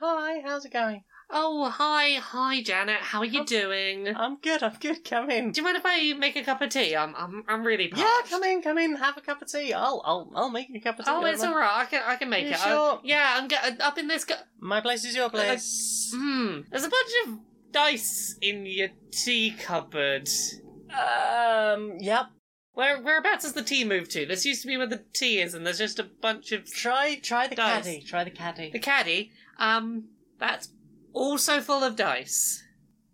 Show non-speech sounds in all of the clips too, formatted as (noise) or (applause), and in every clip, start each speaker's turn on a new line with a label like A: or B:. A: it going?
B: Oh, hi, hi, Janet. How are you doing?
A: I'm good, I'm good, come in.
B: Do you mind if I make a cup of tea? I'm, I'm, I'm really parched.
A: Yeah, come in, come in, have a cup of tea. I'll I'll I'll make you a cup of tea.
B: Oh, it's
A: Emma.
B: all right. I can, I can make
A: You
B: it.
A: sure?
B: I, yeah, I'm get, up in this. Go-
A: My place is
B: Uh,
A: your place.
B: Hmm. There's a bunch of dice in your tea cupboard.
A: Um yep.
B: Where whereabouts has the tea moved to? This used to be where the tea is, and there's just a bunch of (laughs)
A: Try try the
B: Dice.
A: caddy. Try the caddy.
B: the caddy. Um, that's also full of dice.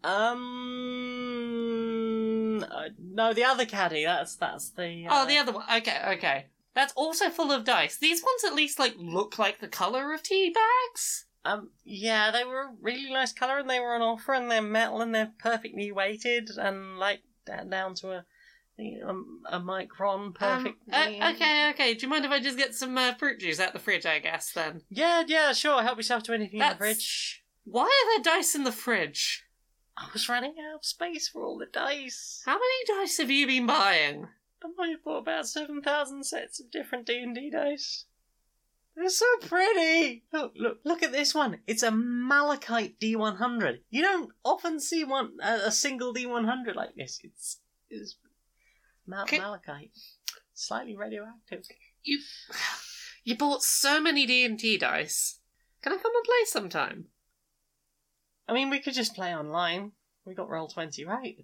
A: Um, uh, no, the other caddy. That's that's the. Uh,
B: Oh, the other one. Okay, okay. That's also full of dice. These ones at least like look like the color of tea bags.
A: Um, yeah, they were a really nice color, and they were on offer, and they're metal, and they're perfectly weighted, and like da- down to a, a, a micron
B: Um,
A: perfectly.
B: uh, okay, okay. Do you mind if I just get some uh, fruit juice out the fridge? I guess then.
A: Yeah, yeah, sure. Help yourself to anything in
B: That's-
A: the fridge.
B: Why are there dice in the fridge?
A: I was running out of space for all the dice.
B: How many dice have you been buying? (sighs)
A: I might have bought about seven thousand sets of different D and D dice. They're so pretty. Look, look, look at this one. It's a malachite D one hundred. You don't often see one a, a single D one hundred like this. It's it's mal-
B: Can-
A: malachite, slightly radioactive.
B: You, you bought so many D and T dice. Can I come and play sometime?
A: I mean, we could just play online. We got roll twenty right.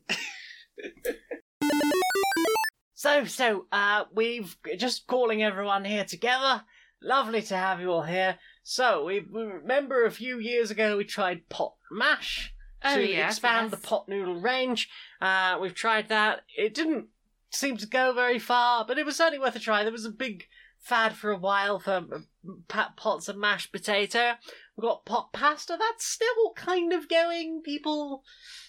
A: so, so uh, we've just calling everyone here together. Lovely to have you all here. So we, we remember a few years ago we tried pot mash to
B: Oh, yes,
A: expand
B: yes.
A: the pot noodle range. Uh, we've tried that. It didn't seem to go very far, but it was certainly worth a try. There was a big fad for a while for um, pa- pots of mashed potato. We've got pot pasta. That's still kind of going. People,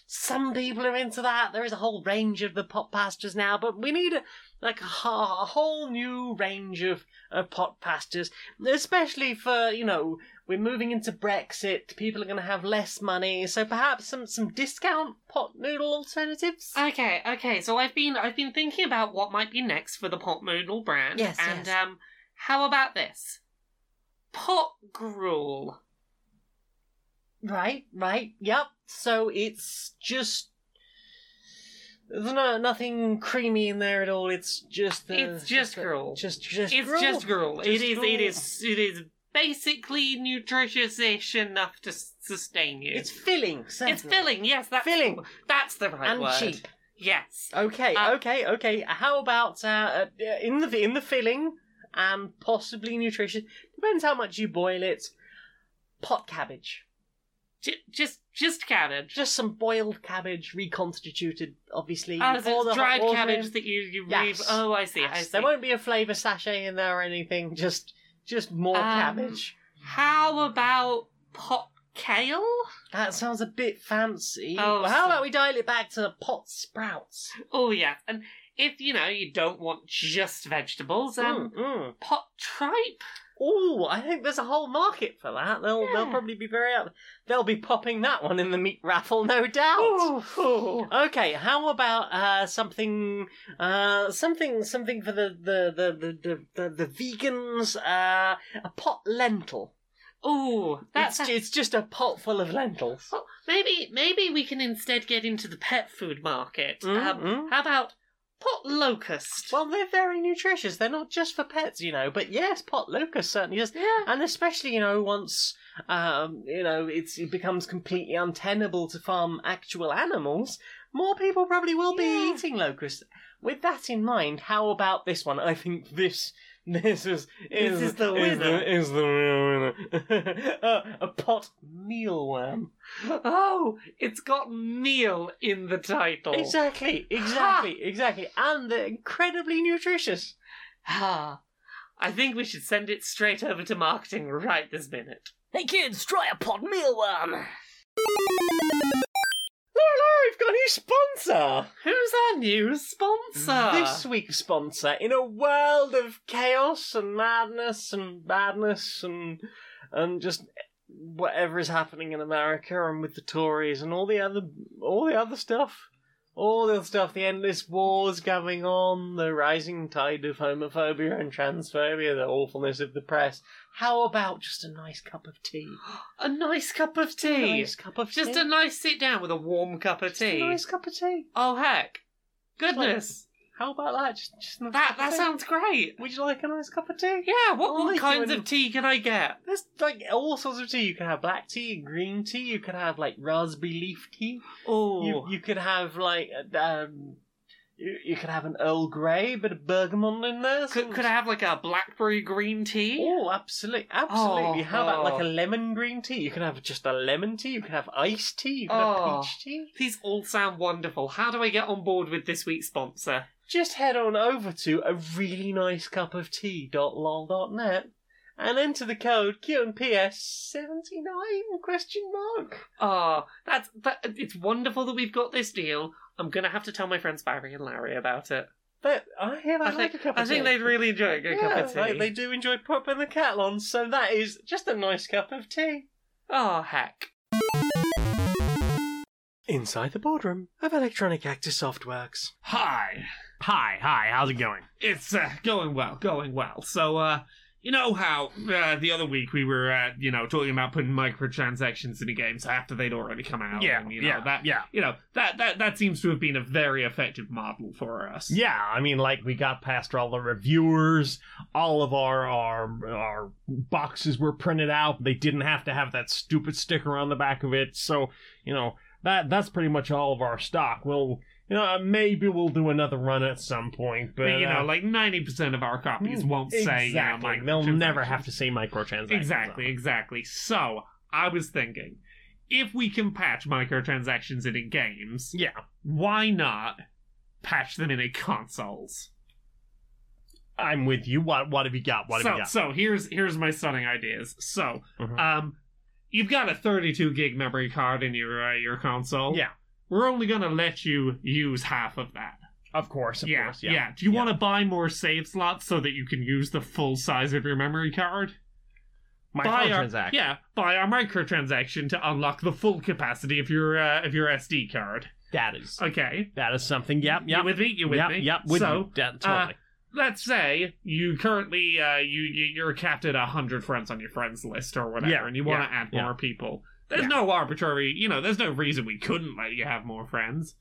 A: some people are into that. There is a whole range of the pot pastas now, but we need a, like a, ha- a whole new range of, of pot pastas, especially for you know we're moving into Brexit. People are going to have less money, so perhaps some some discount pot noodle alternatives.
B: Okay, okay. So I've been I've been thinking about what might be next for the pot noodle brand.
A: Yes,
B: and
A: yes.
B: um, how about this? Pot gruel.
A: Right, right, yep. So it's just there's no nothing creamy in there at all. It's just uh,
B: It's just gruel.
A: Just just
B: it's
A: gruel.
B: just gruel. it
A: Just
B: is. It
A: gruel.
B: is. It is basically nutritious-ish enough to s- sustain you.
A: It's filling. Certainly.
B: It's filling. Yes, that's
A: Filling.
B: That's the right
A: and
B: word.
A: cheap.
B: Yes.
A: Okay,
B: Uh,
A: okay, okay. How about uh, uh, in the in the filling and possibly nutrition depends how much you boil it. Pot cabbage.
B: J- just just cabbage.
A: just some boiled cabbage reconstituted, obviously.
B: Oh,
A: You
B: so
A: pour the
B: it's
A: hot
B: dried
A: water
B: cabbage
A: in.
B: that you you
A: Yes.
B: reeve. Oh, I see. I
A: Yes,
B: see.
A: There won't be a flavour sachet in there or anything. Just, just more
B: Um,
A: cabbage.
B: How about pot kale?
A: That sounds a bit fancy.
B: Oh,
A: Well, how
B: so-
A: about we dial it back to pot sprouts?
B: Oh yeah, and if you know you don't want just vegetables, um,
A: Mm, mm.
B: pot tripe.
A: Oh, I think there's a whole market for that. They'll, they'll
B: Yeah.
A: probably be very out. They'll be popping that one in the meat raffle, no doubt.
B: Ooh, ooh.
A: Okay, how about uh, something, uh, something, something for the the the the the, the, the vegans? Uh, a pot lentil.
B: Ooh, that's
A: it's, it's just a pot full of lentils.
B: Oh, maybe maybe we can instead get into the pet food market. Um,
A: Mhm.
B: how about pot locust?
A: Well, they're very nutritious. They're not just for pets, you know. But yes, pot locust certainly is,
B: yeah.
A: and especially you know once um, you know it's, it becomes completely untenable to farm actual animals. More people probably will be
B: Yeah.
A: eating locusts. With that in mind, how about this one? I think this this is, is
B: This is the
A: is
B: winner.
A: the, is the real winner. (laughs) uh, a pot mealworm.
B: (laughs) Oh, it's got meal in the title.
A: Exactly, exactly, exactly, and they're incredibly nutritious.
B: Ah, I think we should send it straight over to marketing right this minute.
C: Hey kids, try a pot mealworm!
A: Look, look, we've got a new sponsor.
B: Who's our new sponsor?
A: This week's sponsor, in a world of chaos and madness and badness and and just whatever is happening in America and with the Tories and all the other all the other stuff,
D: all the stuff, the endless wars going on, the rising tide of homophobia and transphobia, the awfulness of the press. How about just a nice cup of tea?
B: A nice cup of tea.
D: nice cup of
B: Just
D: tea.
B: a nice sit down with a warm cup of
D: Just a
B: tea.
D: nice cup of tea.
B: Oh heck. Goodness.
D: How about that? Just, just a nice
B: That
D: cup of
B: that
D: tea.
B: sounds great.
D: Would you like a nice cup of tea?
B: Yeah, what,
D: I'll
B: what
D: make
B: kinds
D: you a-
B: of tea can I get?
D: There's like all sorts of tea. You can have black tea, green tea. You could have like raspberry leaf tea.
B: Oh,
D: You, you could have like um, you, you could have an Earl Grey, bit of bergamot in there.
B: could,
D: some-
B: could I have like a blackberry green tea?
D: Oh, absolutely, absolutely.
B: Oh,
D: How about like
B: oh.
D: a lemon green tea? You can have just a lemon tea. You can have iced tea. You can
B: Oh.
D: have peach tea.
B: These all sound wonderful. How do I get on board with this week's sponsor?
D: Just head on over to a really nice cup of tea.lol.net and enter the code QNPS79 question mark.
B: Oh, that's that, it's wonderful that we've got this deal. I'm gonna have to tell my friends Barry and Larry about it.
D: But I hear
B: I
D: I
B: think
D: like a cup of
B: I
D: tea.
B: think they'd really enjoy a good cup of tea.
D: They, they do enjoy popping the kettle on, so that is just a nice cup of tea.
B: Oh heck.
D: Inside the boardroom of Electronic Actor Softworks.
B: Hi.
A: Hi, hi, how's it going?
B: It's uh, going well, going well. So, uh, you know how uh, the other week we were, uh, you know, talking about putting microtransactions into games after they'd already come out.
A: yeah,
B: and, Oh, you know,
A: yeah,
B: That,
A: yeah.
B: you know that that that seems to have been a very effective model for us.
A: Yeah, I mean, like, we got past all the reviewers, all of our, our, our boxes were printed out. They didn't have to have that stupid sticker on the back of it. So, you know, that that's pretty much all of our stock. Well, you know, maybe we'll do another run at some point, but,
B: But, you know,
A: uh,
B: like ninety percent of our copies
A: mm,
B: won't say
A: exactly.
B: you know,
A: They'll never have
B: microtransactions.
A: to say microtransactions.
B: Exactly, exactly. So I was thinking, if we can patch microtransactions into games,
A: Yeah.
B: why not patch them into consoles?
A: I'm with you. What what have you got? What
B: so,
A: have you got?
B: so here's here's my stunning ideas. So,
A: Mhm.
B: um, you've got a 32 gig memory card in your uh, your console.
A: Yeah.
B: we're only gonna let you use half of that.
A: Of course, of
B: yeah,
A: course.
B: yeah,
A: Yeah.
B: Do you
A: yeah.
B: want to buy more save slots so that you can use the full size of your memory card? Buy our,
A: Microtransactions.
B: yeah, buy our microtransaction to unlock the full capacity of your uh, of your SD card.
A: That is
B: Okay.
A: That is something. Yep,
B: You
A: yep.
B: with me? You with
A: yep,
B: me?
A: Yep, with
B: so, uh,
A: you. Yeah, totally.
B: let's say you currently uh, you you- you're capped at hundred friends on your friends list or whatever,
A: Yeah,
B: and you want to add
A: yeah.
B: more people. There's
A: Yeah.
B: no arbitrary, you know. There's no reason we couldn't let you have more friends.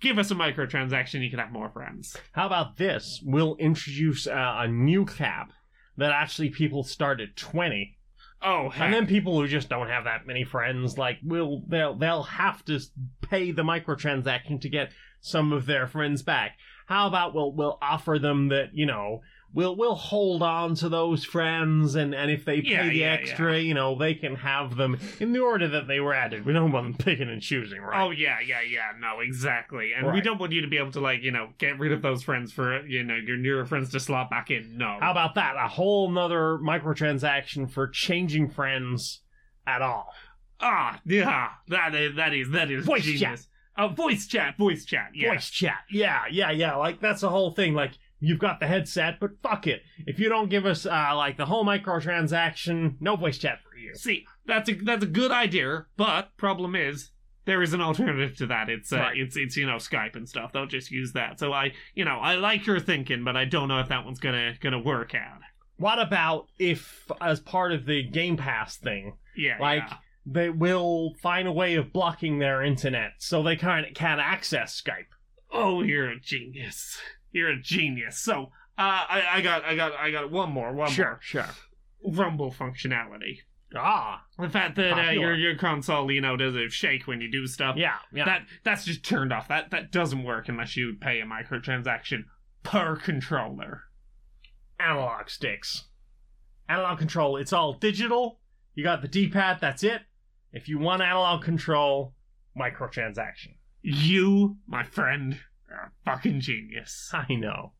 B: Give us a microtransaction, you can have more friends.
A: How about this? We'll introduce uh, a new cap that actually people start at 20.
B: Oh, heck.
A: And then people who just don't have that many friends, like, will they'll, they'll have to s- pay the microtransaction to get some of their friends back. How about we'll, we'll offer them that, you know, we'll, we'll hold on to those friends, and, and if they pay
B: Yeah,
A: the
B: yeah,
A: extra, you know, they can have them in the order that they were added. We don't want them picking and choosing, right?
B: Oh yeah, yeah, yeah. No, exactly. And we
A: Right.
B: don't want you to be able to like, you know, get rid of those friends for you know your newer friends to slot back in. No.
A: How about that? A whole nother microtransaction for changing friends at all.
B: ah, yeah. That is that is that is
A: Voice
B: genius. Oh, voice chat, voice chat. Yeah.
A: Voice chat. Yeah, yeah, yeah. Like that's the whole thing. Like you've got the headset, but fuck it. If you don't give us uh like the whole microtransaction, no voice chat for you.
B: See, that's a that's a good idea, but problem is there is an alternative to that. It's uh,
A: Right.
B: it's it's you know Skype and stuff. They'll just use that. So I, you know, I like your thinking, but I don't know if that one's gonna gonna work out.
A: What about if as part of the Game Pass thing,
B: Yeah.
A: like
B: yeah.
A: they will find a way of blocking their internet so they can't can't access Skype.
B: Oh, you're a genius. You're a genius. So uh, I, I got I got I got one more one
A: Sure, sure.
B: more rumble functionality.
A: Ah,
B: The fact that uh, your
A: Popular.
B: your console you know does a shake when you do stuff.
A: yeah, yeah.
B: That that's just turned off. That that doesn't work unless you pay a microtransaction per controller.
A: analog sticks. Analog control, it's all digital. You got the D pad, that's it. If you want analog control, microtransaction.
B: You, my friend, are a fucking
A: (laughs)
B: genius.
A: I know.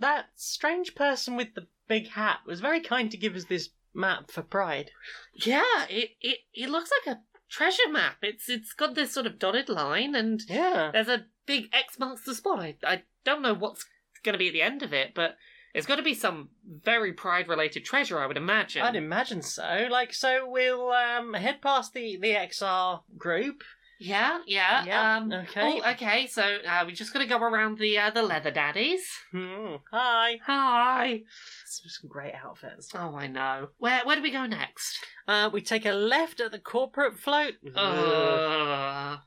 D: That strange person with the big hat was very kind to give us this map for Pride.
B: Yeah, it, it it looks like a treasure map. It's it's got this sort of dotted line and
D: Yeah.
B: There's a big X marks the spot. I, I don't know what's going to be at the end of it, but it's got to be some very pride related treasure, I would imagine.
D: I'd imagine so. Like, so we'll um, head past the, the XR group.
E: Yeah, yeah.
D: Yeah,
E: Um,
D: okay.
E: Oh, okay. So uh, we're just gonna go around the uh, the leather daddies.
D: Hmm. Hi.
E: Hi.
D: Some some great outfits.
E: Oh, I know. Where where do we go next?
D: Uh, we take a left at the corporate float.
E: Uh,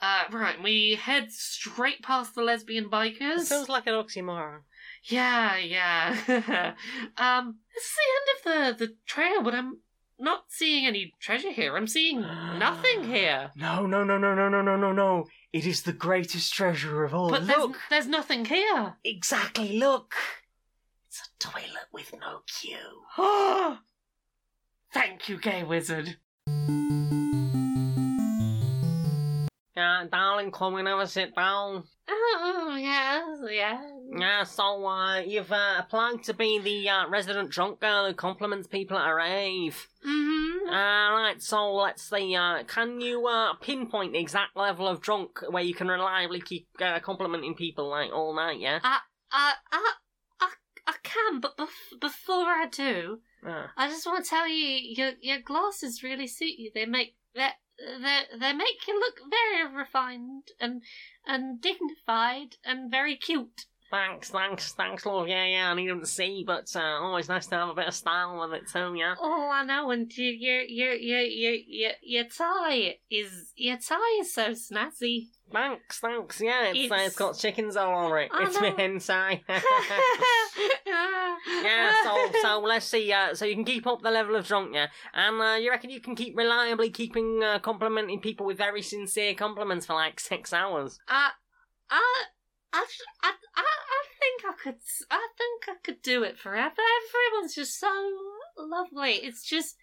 E: uh, right. We head straight past the lesbian
D: That
E: bikers.
D: sounds like an oxymoron.
E: Yeah, yeah. (laughs) um, this is the end of the the trail, but I'm not seeing any treasure here. I'm seeing nothing here.
D: No, no, no, no, no, no, no, no, no. It is the greatest treasure of all.
E: but there's,
D: Oh, look.
E: there's nothing here. (laughs)
D: Exactly, look. It's a toilet with no queue.
E: (gasps) Thank you, gay wizard.
D: Uh, darling, can we never sit down?
E: Oh yes, yes.
D: Yeah, so uh, you've uh, applied to be the uh, resident drunk girl who compliments people at a rave.
E: Mm-hmm.
D: Alright, so let's see. Uh, can you uh, pinpoint the exact level of drunk where you can reliably keep uh, complimenting people like all night, yeah?
E: I, I, Uh, I, I can, but bef- before I do,
D: Uh,
E: I just want to tell you, your your glasses really suit you. They make they they they make you look very refined and and dignified and very cute.
D: thanks, thanks, thanks, love. Yeah, yeah, I need them to see, but uh, always nice to have a bit of style with it too, yeah?
E: Oh, I know. And your your your your your your, your tie is your tie is
D: (laughs)
E: so snazzy.
D: Thanks, thanks, yeah, it's, uh,
E: It's-
D: it's got chickens all over it.
E: I
D: it's me
E: know.
D: hentai.
E: (laughs)
D: (laughs) Yeah,
E: yeah.
D: so
E: (laughs)
D: so let's see. Uh, so you can keep up the level of drunk, yeah, and uh, you reckon you can keep reliably keeping uh, complimenting people with very sincere compliments for like six hours.
E: I, Uh, I, I, I, I I think I could. s- I think I could do it forever. Everyone's just so lovely. It's just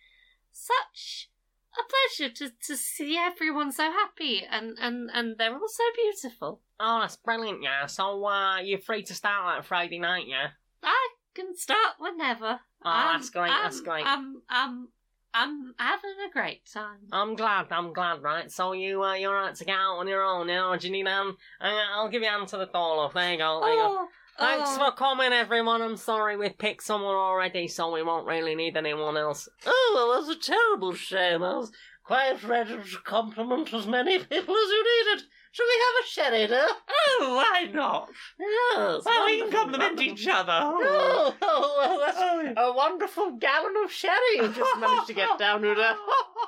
E: such a pleasure to, to see everyone so happy, and, and, and they're all so beautiful.
D: Oh, that's brilliant, yeah. So uh, you're free to start that Friday night, yeah.
E: I can start whenever.
D: Oh, that's great. that's great.
E: I'm, I'm, I'm having a great time.
D: I'm glad. I'm glad, right? So you uh, you're right to get out on your own, yeah? Or do you need a hand? Hang on, I'll give you a hand to the door, love. There you go. Oh, There you go. Thanks
E: oh.
D: for coming, everyone. I'm sorry we've picked someone already, so we won't really need anyone else. Oh, well, that's a terrible shame. I was quite ready to compliment as many people as you needed. Shall we have a sherry, dear? (laughs)
B: Oh, why not?
D: Yes.
B: Well, we
A: (laughs)
B: can
D: wonderful,
B: compliment
D: wonderful.
B: each other.
D: Oh, (laughs) well, that's
B: Oh,
E: (laughs)
D: a wonderful gallon of sherry you just managed to get down, Uda.